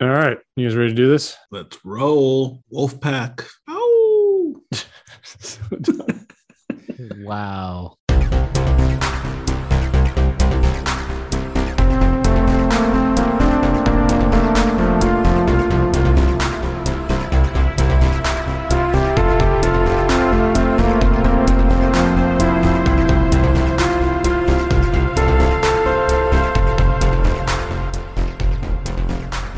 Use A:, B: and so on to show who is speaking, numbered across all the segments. A: All right. You guys ready to do this?
B: Let's roll. Wolfpack. Ow!
C: Wow.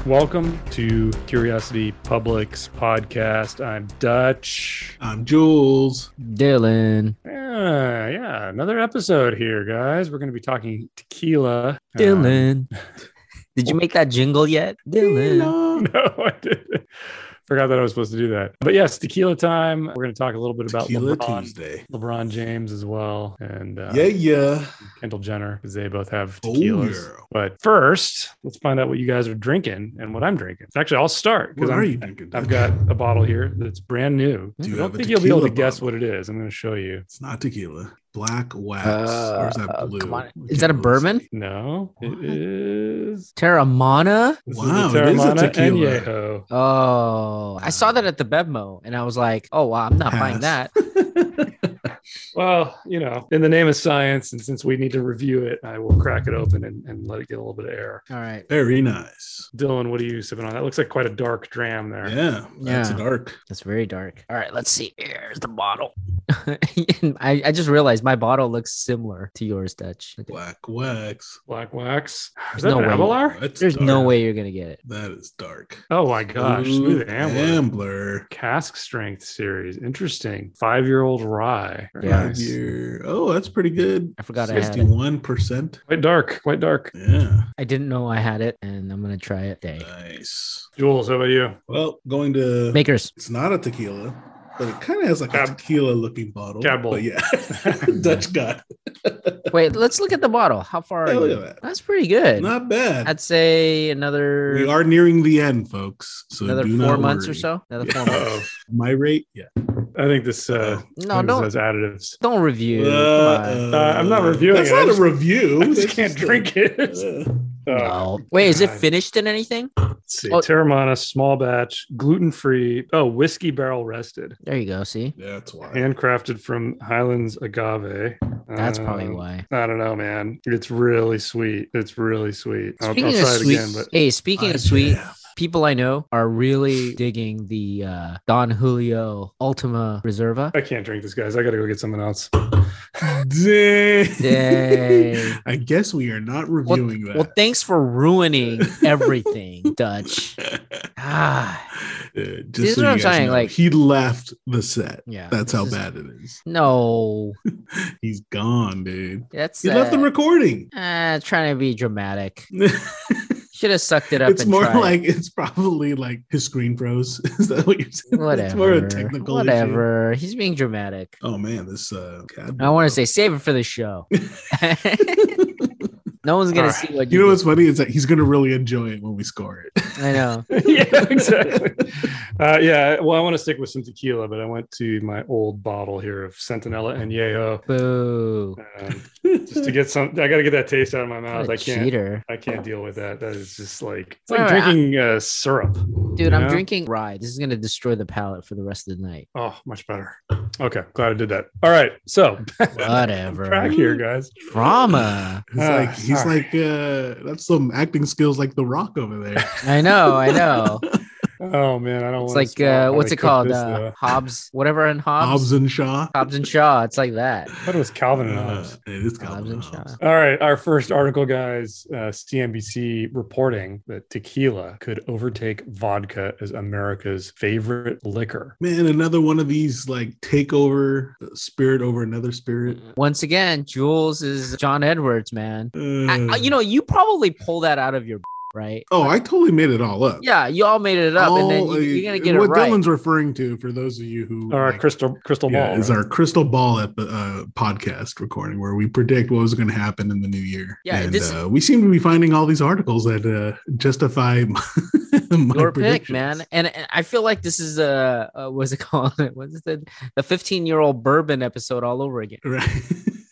A: Welcome to Curiosity Public's podcast. I'm Dutch.
B: I'm Jules.
C: Dylan.
A: Yeah, yeah. Another episode here, guys. We're going to be talking tequila. Um,
C: Dylan. Did you make that jingle yet? Dylan.
A: Um, no, I didn't. Forgot that I was supposed to do that. But yes, tequila time. We're going to talk a little bit about
B: Tequila
A: LeBron,
B: Tuesday.
A: LeBron James as well, and uh,
B: Yeah, yeah.
A: Kendall Jenner because they both have
B: Oh,
A: tequilas.
B: yeah.
A: But first, let's find out what you guys are drinking and what I'm drinking. Actually, I'll start
B: What
A: because
B: are
A: I'm
B: you drinking?
A: I've got a bottle here that's brand new.
B: Do you
A: I don't
B: have a
A: think you'll be able to
B: tequila
A: guess
B: bottle?
A: what it is. I'm going to show you.
B: It's not tequila. Black wax.
C: Uh,
B: or is that blue?
C: come on.
B: We
C: Is that
B: can't
C: a
B: really
C: bourbon?
B: see.
A: No,
B: What?
A: it is.
C: Terramana.
A: This
B: Wow,
A: is
B: it
A: the
B: is a
A: Terramana
B: tequila.
A: Añejo.
C: Oh, I saw that at the Bevmo and I was like, oh, wow, I'm not buying
B: Pass.
C: that.
A: Well, you know, in the name of science, and since we need to review it, I will crack it open and, and let it get a little bit of air.
C: All right.
B: Very nice.
A: Dylan, what are you sipping on? That looks like quite a dark dram there.
B: Yeah, that's
C: Yeah.
B: dark.
C: That's very dark. All right. Let's see. Here's the bottle. I, I just realized my bottle looks similar to yours, Dutch.
B: Black wax.
A: Black wax. Is
C: There's
A: that
C: no
A: an
C: way.
A: Avalar?
B: That's
C: There's no
B: dark.
C: way you're going to get it.
B: That is dark.
A: Oh my gosh. Smooth
B: Blue
A: Ambler.
B: Ambler.
A: Cask strength series. Interesting. Five year old rye. Very
C: Yeah.
A: nice.
B: Year. Oh, that's pretty good.
C: I forgot I had it.
B: Sixty-one percent.
A: Quite dark. Quite dark.
B: Yeah,
C: I didn't know I had it and I'm going to try it today.
B: nice.
A: Jules, how about you?
B: Well, going to
C: Makers.
B: it's not a tequila, but it kind of has like a
A: Cab-
B: tequila looking bottle.
A: Cab Bull.
B: But yeah, Dutch got
C: Wait, let's look at the bottle. How far are
B: Hey, look
C: you?
B: at that.
C: That's pretty good.
B: not bad.
C: I'd say another
B: we are nearing the end, folks. So
C: another
B: do
C: four
B: not
C: months or
B: worry.
C: so. Another
B: Yeah.
C: four months.
A: Oh,
B: My rate, yeah.
A: I think this. Uh, I
C: No,
A: think
C: don't
A: this has additives.
C: don't review. Come
B: Uh,
A: Uh, I'm not reviewing
B: That's
A: it. I
B: not
A: just-
B: a review.
A: I just
B: That's
A: can't
B: just a-
A: drink it.
B: Uh,
A: Oh,
C: on. No. Wait, is it
A: God.
C: finished in anything?
A: Let's see.
C: Oh.
A: Terramana, small batch, gluten free. Oh, whiskey barrel rested,
C: There you go. See,
B: yeah, that's why.
A: handcrafted from Highlands agave.
C: that's probably
A: Um,
C: why.
A: I don't know, man. It's really sweet. It's really sweet. I'll, I'll
C: Speaking
A: try
C: of
A: it
C: sweet,
A: again, but
C: hey, speaking
B: I
C: of sweet,
B: jam.
C: people I know are really digging the uh, Don Julio Ultima Reserva.
A: I can't drink this, guys. I got to go get something else.
B: Dang.
C: Dang.
B: I guess we are not reviewing
C: Well, thanks for ruining everything, Dutch.
B: that.
C: Ah,
B: Uh, just
C: is
B: so
C: what
B: you
C: I'm
B: guys
C: saying,
B: know,
C: like-
B: he left the set.
C: yeah.
B: That's
C: this
B: how
C: is-
B: bad it is.
C: No,
B: He's gone, dude.
C: that's
B: He left the
C: uh,
B: recording.
C: uh, trying to be dramatic.
B: it's
C: Should have sucked it up. and
B: more
C: tried.
B: like it's probably like his screen froze. is that what you're saying?
C: whatever.
B: It's more a technical issue.
C: whatever. He's being dramatic.
B: Oh man, this uh cab-
C: I want to say save it for the show. no one's gonna
A: All
C: see what you.
B: You know
C: do.
B: what's funny is that he's gonna really enjoy it when we score it.
C: I know.
A: yeah, exactly. Uh, yeah, well, I want to stick with some tequila, but I went to my old bottle here of Centinela Añejo
C: Boo.
A: um, just to get some. I got to get that taste out of my mouth.
C: What a
A: I can't.
C: cheater,
A: I can't deal with that. That is just like it's
C: Wait,
A: like
C: wait, I-
A: drinking uh, syrup.
C: dude. I'm
A: Yeah.
C: drinking rye. This is gonna destroy the palate for the rest of the night.
A: Oh, much better. Okay, glad I did that. All right, so back
C: Whatever.
A: here, guys.
C: Drama.
B: He's
A: Ah,
B: like he's
A: sorry.
B: like uh that's some acting skills like the rock over there.
C: I know. I know.
A: Oh man, I don't.
C: It's
A: wanna
C: like
A: spoil how
C: uh,
A: they
C: what's it
A: cook
C: called?
A: this,
C: Uh,
A: though.
C: Hobbs. Whatever in
B: Hobbs
C: Hobbs.
B: and Shaw.
C: Hobbs and Shaw. It's like that.
A: I thought it was Calvin and
B: Uh,
A: Hobbes.
B: It is
C: Hobbs
B: Calvin
C: and
B: and
C: Shaw.
B: Hobbes.
A: All right, our first article, guys. Uh, CNBC reporting that tequila could overtake vodka as America's favorite liquor.
B: Man, another one of these like takeover uh, spirit over another spirit.
C: Once again, Jules is John Edwards, man. I- I-
B: Uh,
C: you know, you probably pull that out of your right.
B: oh, I totally made it all up.
C: Yeah, you all made it up, and then
B: All, uh,
C: you, you're gonna get it
B: what
C: right.
B: Dylan's referring to for those of you who
A: Or our
B: like,
A: crystal crystal
B: yeah,
A: ball.
B: is
A: right?
B: our crystal ball at the uh, podcast recording where we predict what was going to happen in the new year.
C: Yeah,
B: and
C: this-
B: uh, we seem to be finding all these articles that uh, justify my, my
C: Your pick,
B: predictions.
C: man. And, and I feel like this is a, uh what's it called? What's it the the 15 year old bourbon episode all over again?
B: Right.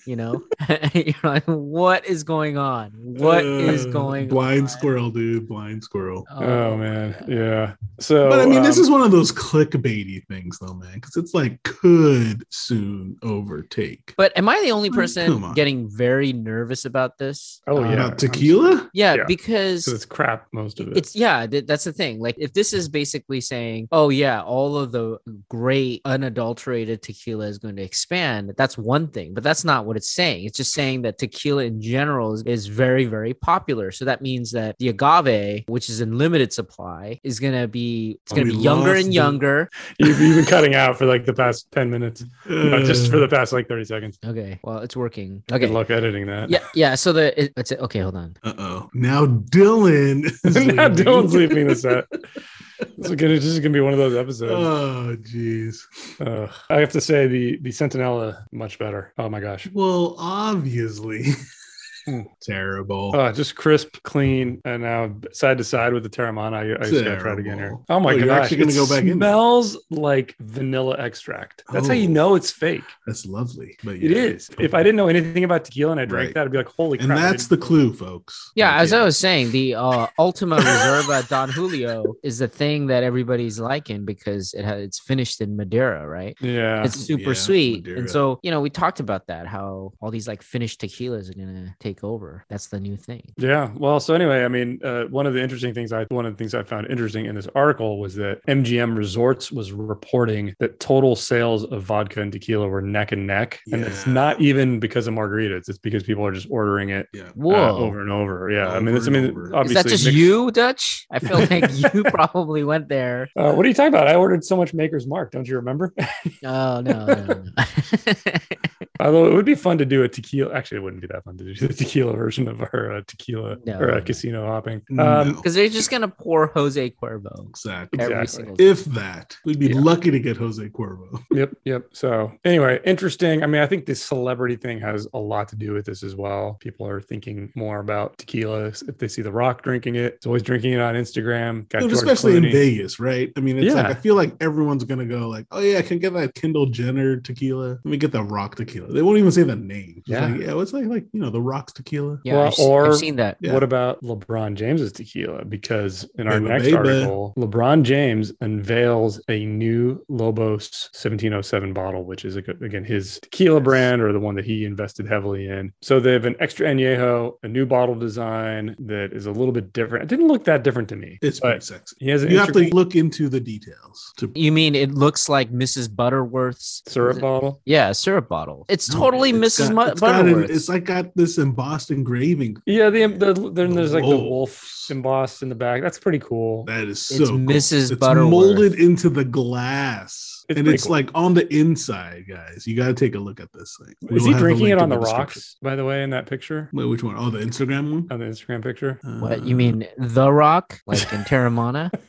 C: you know you're like what is going on What is
B: Uh,
C: going
B: Blind
C: on?
B: squirrel, dude. Blind squirrel.
A: Oh, man, yeah.
C: Oh,
A: So,
B: but I mean, this
A: um,
B: is one of those clickbaity things, though, man, because it's like could soon overtake.
C: but am i the only
B: Like,
C: person
B: come on.
C: getting very nervous about this
A: Oh, yeah.
B: About tequila?
C: yeah,
A: Yeah.
C: because
A: so it's crap most of it.
C: It's yeah, th- that's the thing. Like if this is basically saying, "Oh yeah, all of the great unadulterated tequila is going to expand." That's one thing, but that's not what it's saying. It's just saying that tequila in general is, is very very popular. So that means that the agave, which is in limited supply, is going to be it's going
B: Oh, We
C: to be younger
B: lost
C: and
B: the-
C: younger.
A: You've, you've been cutting out for like the past ten minutes, No, just for the
B: Uh,
A: past like thirty seconds.
C: Okay. Well, it's working.
A: Good
C: Okay.
A: luck editing that.
C: Yeah, yeah. So the it, it's okay. Hold on.
B: Uh-oh. Now Dylan. is
A: now
B: leaving.
A: Dylan's leaving the set. This is gonna this is gonna be one of those episodes.
B: Oh, jeez.
A: Ugh. I have to say the the Sentinella much better. Oh my gosh.
B: Well, obviously.
A: Hmm.
B: Terrible.
A: Uh, just crisp, clean, and now side to side with the Terramana. I, I just gotta try it again here.
B: Terrible.
A: Oh my
B: Oh,
A: gosh!
B: you're actually gonna
A: it
B: go back in there.
A: smells like vanilla extract. That's how you
B: Oh.
A: know it's fake.
B: that's lovely. But
A: It
B: yeah.
A: is. If I didn't know anything about tequila and I drank
B: Right.
A: that, I'd be like, "Holy
B: And
A: crap!" I
B: that's
A: didn't-
B: the clue, folks.
C: Yeah,
B: Like,
C: as I was saying, the uh, Ultima Reserva Don Julio is the thing that everybody's liking because it has it's finished in Madeira, right?
A: Ah, yeah.
C: It's super
B: yeah,
C: sweet,
B: Madeira.
C: and so you know we talked about that how all these like finished tequilas are gonna take over. That's the new thing.
A: Yeah. Well, so anyway, I mean, uh, one of the interesting things I one of the things I found interesting in this article was that MGM Resorts was reporting that total sales of vodka and tequila were neck and neck, and it's
B: Yeah.
A: not even because of margaritas; it's because people are just ordering it
B: Yeah.
A: uh,
C: Whoa,
A: over and over. Yeah. I
B: Over
A: mean, it's, I
B: and
A: mean,
B: over. Is that
A: obviously,
C: is that just
A: mixed-
C: you, Dutch? I feel like you probably went there.
A: Uh, what are you talking about? I ordered so much Maker's Mark. Don't you remember?
C: Oh no, no, no.
A: Although it would be fun to do a tequila. Actually, it wouldn't be that fun to do the tequila version of our uh, tequila
C: No.
A: or uh, casino hopping. Um,
B: Mm, No,
C: because they're just gonna pour Jose Cuervo
B: exactly.
C: every
A: Exactly.
C: single.
B: If that, we'd be
A: Yeah.
B: lucky to get Jose Cuervo.
A: Yep, yep. So anyway, interesting. I mean, I think this celebrity thing has a lot to do with this as well. People are thinking more about tequilas if they see The Rock drinking it. He's always drinking it on Instagram. Got
B: Dude,
A: George
B: especially
A: Clooney.
B: in Vegas, right? I mean, it's like
A: Yeah.
B: I feel like everyone's gonna go like, "Oh yeah, I can get that Kendall Jenner tequila. Let me get that Rock tequila." They won't even say the name. It's
A: Yeah.
B: like, yeah, what's like like you know the Rock's tequila?
C: yeah,
A: Well,
C: I've, s- I've
A: or-
C: seen that.
B: Yeah.
A: What about LeBron James's tequila? Because in our
B: Baby,
A: next
B: baby.
A: article, LeBron James unveils a new Lobos 1707 bottle, which is again his tequila
B: Yes.
A: brand or the one that he invested heavily in. So they have an extra añejo, a new bottle design that is a little bit different. It didn't look that different to me.
B: It's
A: but
B: pretty sexy.
A: He has an
B: You have to
A: interesting
B: look into the details. To
C: You mean it looks like Mrs. Butterworth's
A: syrup bottle.
C: Yeah, syrup bottle. It's totally
B: No, it's got-
C: Mrs. Mu-
B: it's got an-
C: Butterworth.
B: it's like got this embossed engraving.
A: Yeah, the, the then there's like the wolf
B: Wolves.
A: embossed in the back. That's pretty cool.
B: That is so.
C: It's
B: cool.
C: Mrs.
B: It's
C: Butterworth.
B: molded into the glass,
A: It's
B: and
A: pretty
B: it's
A: cool.
B: like on the inside, guys. You got to take a look at this thing.
A: is
B: We'll
A: he
B: have
A: drinking
B: link
A: it
B: in
A: on the
B: description.
A: rocks? By the way, in that picture,
B: Wait, which one? Oh, the Instagram one. Uh,
A: on the Instagram picture.
C: what you mean, The Rock, like in Terramana?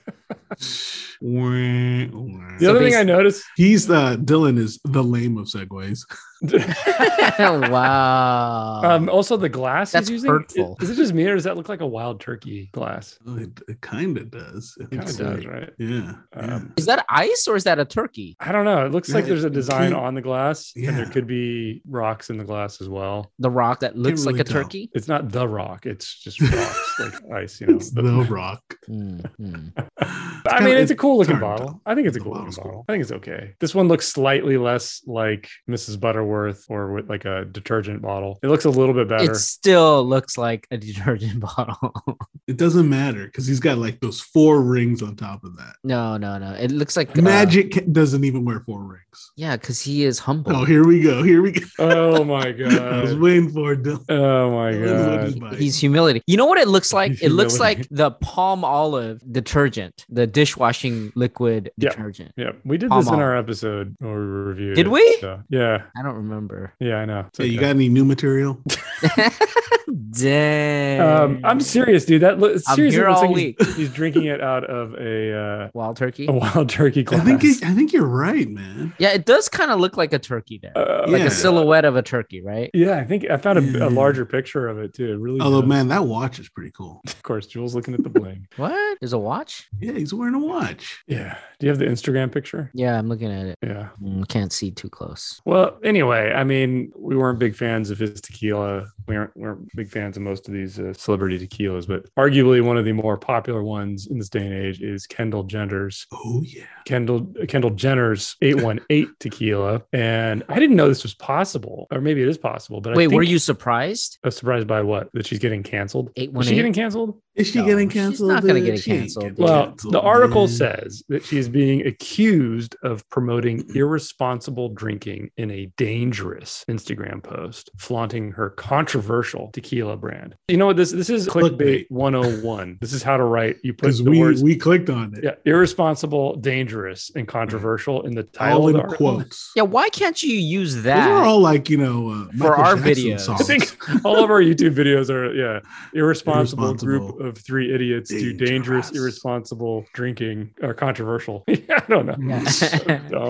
A: The
B: The
C: So
A: other thing
C: basi-
A: I noticed.
B: He's the Dylan is the lame of segues.
C: wow.
A: Um, also, the glass
C: That's
A: he's using.
C: hurtful.
A: Is, is it just me, or does that look like a wild turkey glass?
B: Oh, it, it kind of does. I
A: It
B: think
A: kind of
B: so.
A: does, right?
B: Yeah.
A: Um,
C: is that ice or is that a turkey?
A: I don't know. It looks
B: Yeah,
A: like there's
B: it-
A: a
B: it
A: design
B: can't-
A: on the glass, and there
B: Yeah.
A: could be rocks in the glass as well.
C: The Rock that looks
B: really
C: like a
B: tell.
C: turkey?
A: It's not the rock; it's just rocks like ice. You
B: yeah.
A: know,
B: It's the rock.
C: Hmm, hmm.
A: But I mean, it's a cool looking
B: hard to
A: bottle.
B: tell.
A: I think it's a
B: The
A: cool looking
B: bottle's
A: bottle.
B: cool.
A: I think it's okay. This one looks slightly less like Mrs. Butterworth or with like a detergent bottle. It looks a little bit better.
C: It still looks like a detergent bottle.
B: It doesn't matter because he's got like those four rings on top of that.
C: no, no, no. It looks like uh,
B: Magic ca- doesn't even wear four rings.
C: yeah, because he is humble.
B: Oh, here we go. Here we go.
A: oh my
B: I was
A: god.
B: waiting for it, Dylan.
A: Oh my
B: Dylan's
A: god.
B: looking like-
C: He's humility. You know what it looks like? It looks
A: Humility.
C: like the palm olive detergent, the dishwashing liquid
A: Yeah.
C: detergent.
A: Yeah, we did
C: Palm
A: this in
C: oil.
A: our episode where we reviewed.
C: Did
A: it,
C: we?
A: so- yeah,
C: I don't remember.
A: yeah, I know. It's
B: Hey, you
A: okay.
B: got any new material?
C: Dang.
A: Um, I'm serious, dude. That looks
C: I'm
A: seriously
C: here
A: looks
C: all
A: like
C: week.
A: He's, he's drinking it out of a uh,
C: Wild turkey.
A: a wild turkey glass.
B: I think it, I think you're right, man.
C: Yeah, it does kind of look like a turkey there.
A: Uh,
C: like
B: yeah.
C: a silhouette of a turkey, right?
A: Yeah, I think I found a,
B: Yeah.
A: a larger picture of it too. It really,
B: Although,
A: does.
B: man, that watch is pretty cool.
A: of course, Jules looking at the bling.
C: What? There's a watch?
B: Yeah, he's wearing a watch.
A: Yeah. Do you have the Instagram picture?
C: Yeah, I'm looking at it.
A: Yeah.
C: Mm, Can't see too close.
A: Well, anyway, I mean, we weren't big fans of his tequila. We aren't, weren't big fans of most of these uh, celebrity tequilas, but arguably one of the more popular ones in this day and age is Kendall Jenner's
B: Oh yeah,
A: Kendall Kendall Jenner's 818 tequila. And I didn't know this was possible, or maybe it is possible. But I
C: Wait,
A: think
C: were you surprised?
A: I was surprised by what that she's getting canceled? Is she
C: 818.
A: getting canceled?
B: is she
C: No,
B: getting
C: she's
B: canceled?
C: not gonna
B: dude?
C: get it
B: She ain't
C: canceled,
B: getting
C: dude.
A: Well,
B: canceled,
A: the article
B: man.
A: says that she is being accused of promoting
B: Mm-hmm.
A: irresponsible drinking in a dangerous Instagram post, flaunting her controversial tequila brand. You know what? This this is clickbait
B: Clickbait.
A: 101. This is how to write. You put
B: because
A: the
B: we Mm-hmm.
A: words
B: we clicked on it
A: yeah, irresponsible, dangerous, and controversial in the title.
B: all
A: Of
B: in
A: the article.
B: quotes.
C: Yeah, why can't you use
B: Those are
C: that?
B: all like you know uh,
C: For
B: Michael
C: our
B: Jackson
C: videos.
A: I
B: Songs.
A: think all of our YouTube videos are yeah, irresponsible, group
B: Irresponsible.
A: of three idiots do dangerous,
B: Dangerous.
A: irresponsible drinking or controversial. I don't know.
C: Yeah.
A: dumb.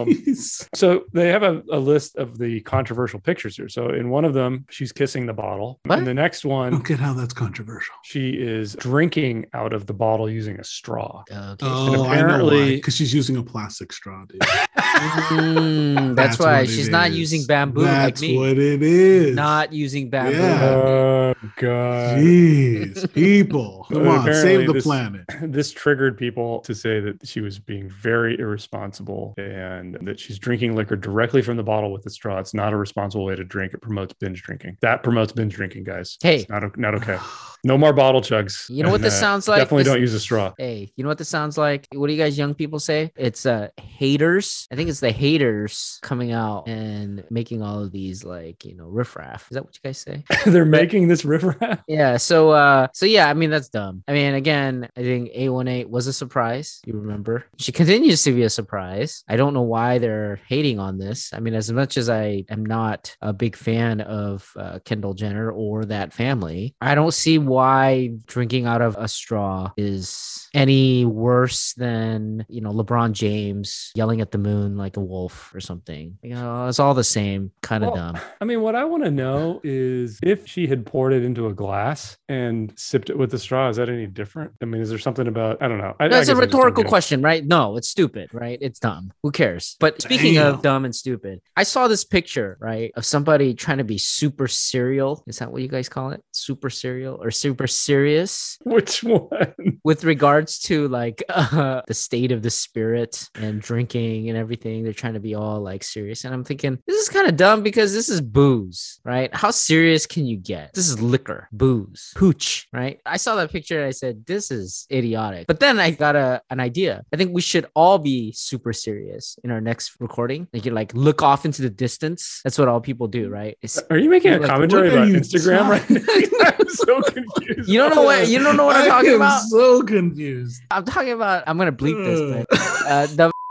A: So they have a, a list of the controversial pictures here. So in one of them, she's kissing the bottle.
C: What?
A: In the next
B: I
A: one,
B: don't get how that's controversial.
A: she is drinking out of the bottle using a straw.
C: Okay.
B: Oh, I know
A: apparently-
B: because she's using a plastic straw, dude.
C: Mm, that's,
B: That's
C: why
B: what
C: she's
B: it
C: not
B: is.
C: using bamboo
B: That's
C: like me.
B: what it is.
C: Not using bamboo.
B: Yeah.
A: Oh god.
B: Jeez, people, come
A: Well,
B: on,
A: apparently
B: save the
A: this-
B: planet.
A: This triggered people to say that she was being very irresponsible and that she's drinking liquor directly from the bottle with the straw. It's not a responsible way to drink. It promotes binge drinking. That promotes binge drinking, guys.
C: Hey,
A: Not, o- not okay. No more bottle chugs.
C: You know what
A: And, uh,
C: this sounds like?
A: Definitely
C: This-
A: don't use a straw.
C: hey, you know what this sounds like? What do you guys young people say? It's uh haters. I think it's the haters coming out and making all of these like, you know, riffraff. Is that what you guys say?
A: They're making this riffraff.
C: Yeah. So, uh, so yeah, I mean, that's dumb. I mean, again, I think A18 was a surprise. You remember? She continues to be a surprise. I don't know why they're hating on this. I mean, as much as I am not a big fan of uh, Kendall Jenner or that family, I don't see why drinking out of a straw is any worse than, you know, LeBron James yelling at the moon like a wolf or something. You know, it's all the same. Kind of
A: Well,
C: dumb.
A: I mean, what I want to know is if she had poured it into a glass and sipped it with the straw, is that any different? I mean, is there something about, I don't know. I, I
C: That's
A: guess I
C: a
A: just don't
C: rhetorical
A: get it.
C: question, right? No, it's stupid, right? It's dumb. Who cares? But speaking of
B: Damn.
C: dumb and stupid, I saw this picture, right, of somebody trying to be super serial. Is that what you guys call it? Super serial or super serious
A: Which one?
C: with regards to like uh, the state of the spirit and drinking and everything. They're trying to be all like serious. And I'm thinking, this is kind of dumb because this is booze, right? How serious can you get? This is liquor, booze, pooch, right? I saw that picture and I said, this is idiotic. But then I got a, an idea. I think we should all be super serious in our next recording. Like you like look off into the distance. That's what all people do, right? It's-
A: Are you making a
C: Like, what
A: commentary
B: are
A: about
B: you
A: Instagram right
B: talking-
A: now? I'm so confused.
C: you don't know what you don't know what I'm
B: I
C: talking
B: am
C: about.
B: So confused.
C: I'm talking about. I'm gonna bleep this, but
B: Ugh.
C: uh, the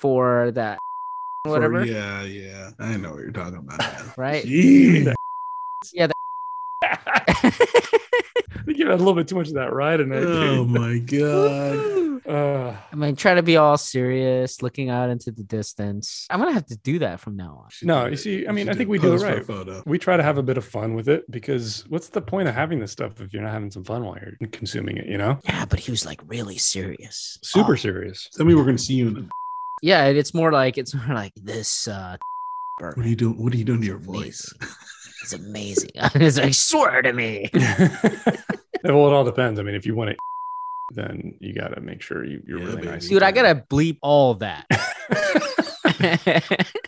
C: for that
B: Mm. For-
C: whatever
B: yeah, yeah. I know what you're talking about. now.
C: Right?
B: Jeez.
A: I think you had a little bit too much of that ride in that.
B: Oh my god.
C: Oh
A: Uh,
C: i mean try to be all serious looking out into the distance i'm gonna have to do that from now on
A: No, you see, I mean, I think we do it right.
B: Photo.
A: we try to have a bit of fun with it because what's the point of having this stuff if you're not having some fun while you're consuming it, you know?
C: yeah but he was like really serious
A: Super
C: Uh,
A: serious. Oh.
B: I mean, we're gonna see you in. A,
C: yeah and it's more like it's more like this uh
B: what are you doing? What are you doing to your voice?
C: it's amazing it's like swear to me
A: well, it all depends. I mean, if you want to, then you got to make sure you, you're
B: Yeah,
A: really
B: baby.
A: nice.
C: dude i gotta bleep all that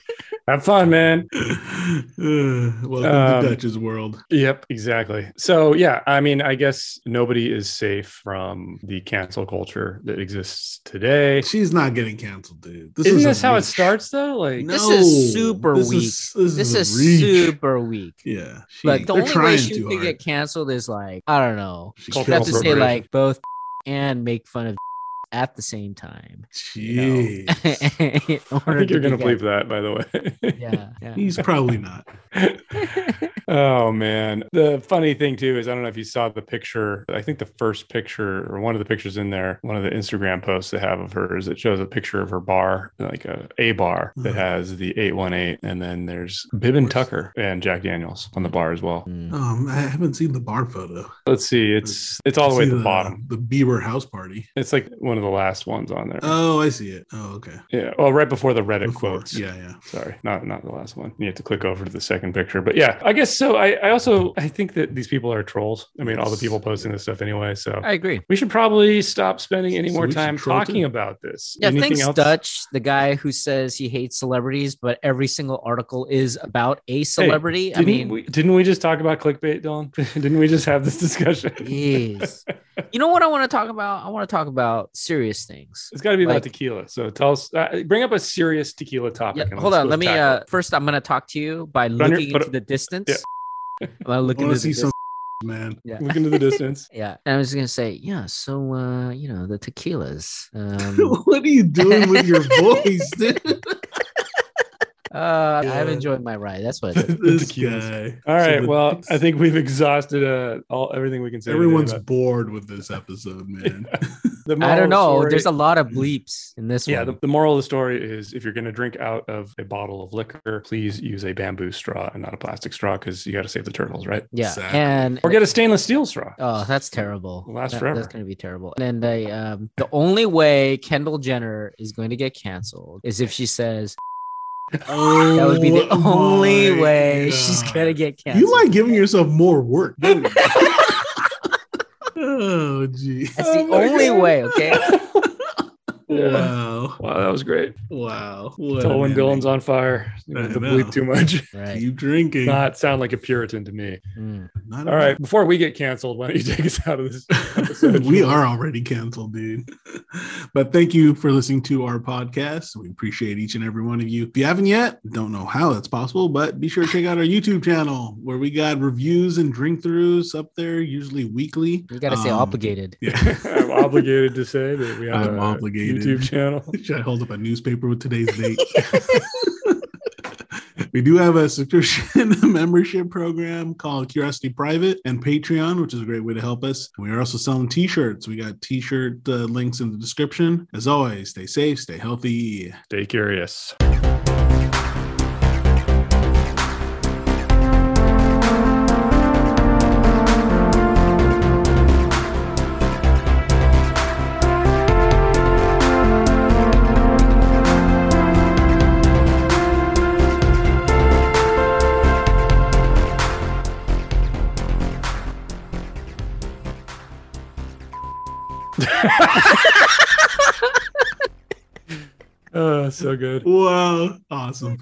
A: have fun, man.
B: Uh, welcome
A: Um,
B: to Dutch's world.
A: Yep, exactly. So, yeah, I mean, I guess nobody is safe from the cancel culture that exists today.
B: She's not getting canceled, dude. This
A: Isn't
B: is a
A: this how it
B: reach.
A: starts, though? Like,
C: This is super
B: this
C: weak.
B: Is, this,
C: this
B: a
C: is
B: reach.
C: super weak
B: Yeah, she,
C: like the
B: they're
C: only way
B: trying
C: she
B: too
C: could
B: hard.
C: get canceled is like i don't know
B: She
A: Cultural
C: you have to
B: kills
C: say
A: appropriation.
B: her.
C: like both and make fun of at the same time.
B: Jeez.
C: In
A: I
C: order
A: think you're
C: to
A: going to
C: do
A: believe that, by the way.
C: that. Yeah, yeah.
B: He's probably not.
A: oh man the funny thing too is i don't know if you saw the picture i think the first picture or one of the pictures in there one of the instagram posts they have of her is it shows a picture of her bar like a a bar that has the 818 and then there's bibbin tucker and jack daniels on the bar as well
C: Mm.
B: Um, I haven't seen the bar photo.
A: let's see it's it's all the way
B: See
A: at the bottom
B: The Bieber house party.
A: it's like one of the last ones on there
B: Oh, I see it. Oh, okay.
A: yeah well right before the reddit
B: Before.
A: quotes
B: Yeah, yeah.
A: Sorry, not not the last one. You have to click over to the second picture. But yeah, I guess so. I, I also I think that these people are trolls. I mean, all the
B: Yes.
A: people posting this stuff anyway. So
C: I agree.
A: we should probably stop spending any
B: So
A: more
B: we should
A: time
B: troll
A: talking
B: too.
A: about this.
C: Yeah,
A: Anything
C: thanks,
A: else?
C: Dutch, the guy who says he hates celebrities, but every single article is about a celebrity. I
A: Didn't
C: mean,
A: we didn't we just talk about clickbait, Dylan? didn't we just have this discussion?
C: jeez. you know what I want to talk about? I want to talk about serious things.
A: It's got to be about
C: Like-
A: tequila. So tell us, uh, bring up a serious tequila topic.
C: Yeah,
A: and
C: hold
A: let's
C: on.
A: go
C: Let me.
A: tackle it.
C: Uh, first, I'm gonna talk to you by
A: on your-
C: looking
A: put
C: into
A: a-
C: the distance.
A: yeah.
C: I'm gonna look
B: I want
C: into
B: to see
C: the
B: some
C: distance.
B: man.
C: Yeah.
A: look into the distance.
C: Yeah, and I was gonna say, yeah. So, uh, you know, the tequilas. Um,
B: what are you doing with your voice, dude?
C: uh, I've
B: Yeah.
C: enjoyed my ride. That's what. I did.
B: this
A: Ridiculous.
B: guy.
A: All
B: So
A: right.
B: the-
A: well, I think we've exhausted uh, all everything we can say. today
B: everyone's
A: about-
B: bored with this episode, man.
A: the
C: I
A: moral
C: don't know.
A: story-
C: There's a lot
B: Mm.
C: of bleeps in this
A: Yeah,
C: one.
A: the, the moral of the story is if you're going to drink out of a bottle of liquor, please use a bamboo straw and not a plastic straw because you got to save the turtles, right?
C: yeah,
B: Exactly.
C: and
A: Or get a stainless steel straw.
C: Oh, that's terrible.
A: It'll last
C: That-
A: forever.
C: That's going to be terrible. And I, um, the only way Kendall Jenner is going to get canceled is if she says
B: Oh,
C: that would be the only
B: my
C: way she's
B: God.
C: going to get canceled.
B: You like giving yourself more work. don't you? oh, gee.
C: That's the
A: Oh my
C: only
A: God.
C: way. Okay.
A: Yeah.
B: Wow.
A: Wow, that was great.
B: Wow. What
A: Tell
B: an
A: when Dylan's
B: ending.
A: on fire. You
B: I
A: have to
B: know.
A: bleep too much.
C: Right.
B: Keep drinking.
A: Not sound like a Puritan to me.
C: Mm.
B: Not
A: All right. Before we get canceled, why don't you take us out of this episode?
B: we
A: Jules?
B: are already canceled, dude. But thank you for listening to our podcast. We appreciate each and every one of you. If you haven't yet, don't know how that's possible, but be sure to check out our YouTube channel where we got reviews and drink throughs up there, usually weekly.
C: You got to say
B: Um,
C: obligated.
B: Yeah.
A: I'm obligated to say that we have
B: I'm
A: a
B: obligated.
A: YouTube channel.
B: Should I hold up a newspaper with today's date? we do have a subscription membership program called Curiosity Private and Patreon, which is a great way to help us. We are also selling t shirts. We got t shirt uh, links in the description. As always, stay safe, stay healthy.
A: Stay curious. Oh, so good. Oh,
B: Wow, awesome.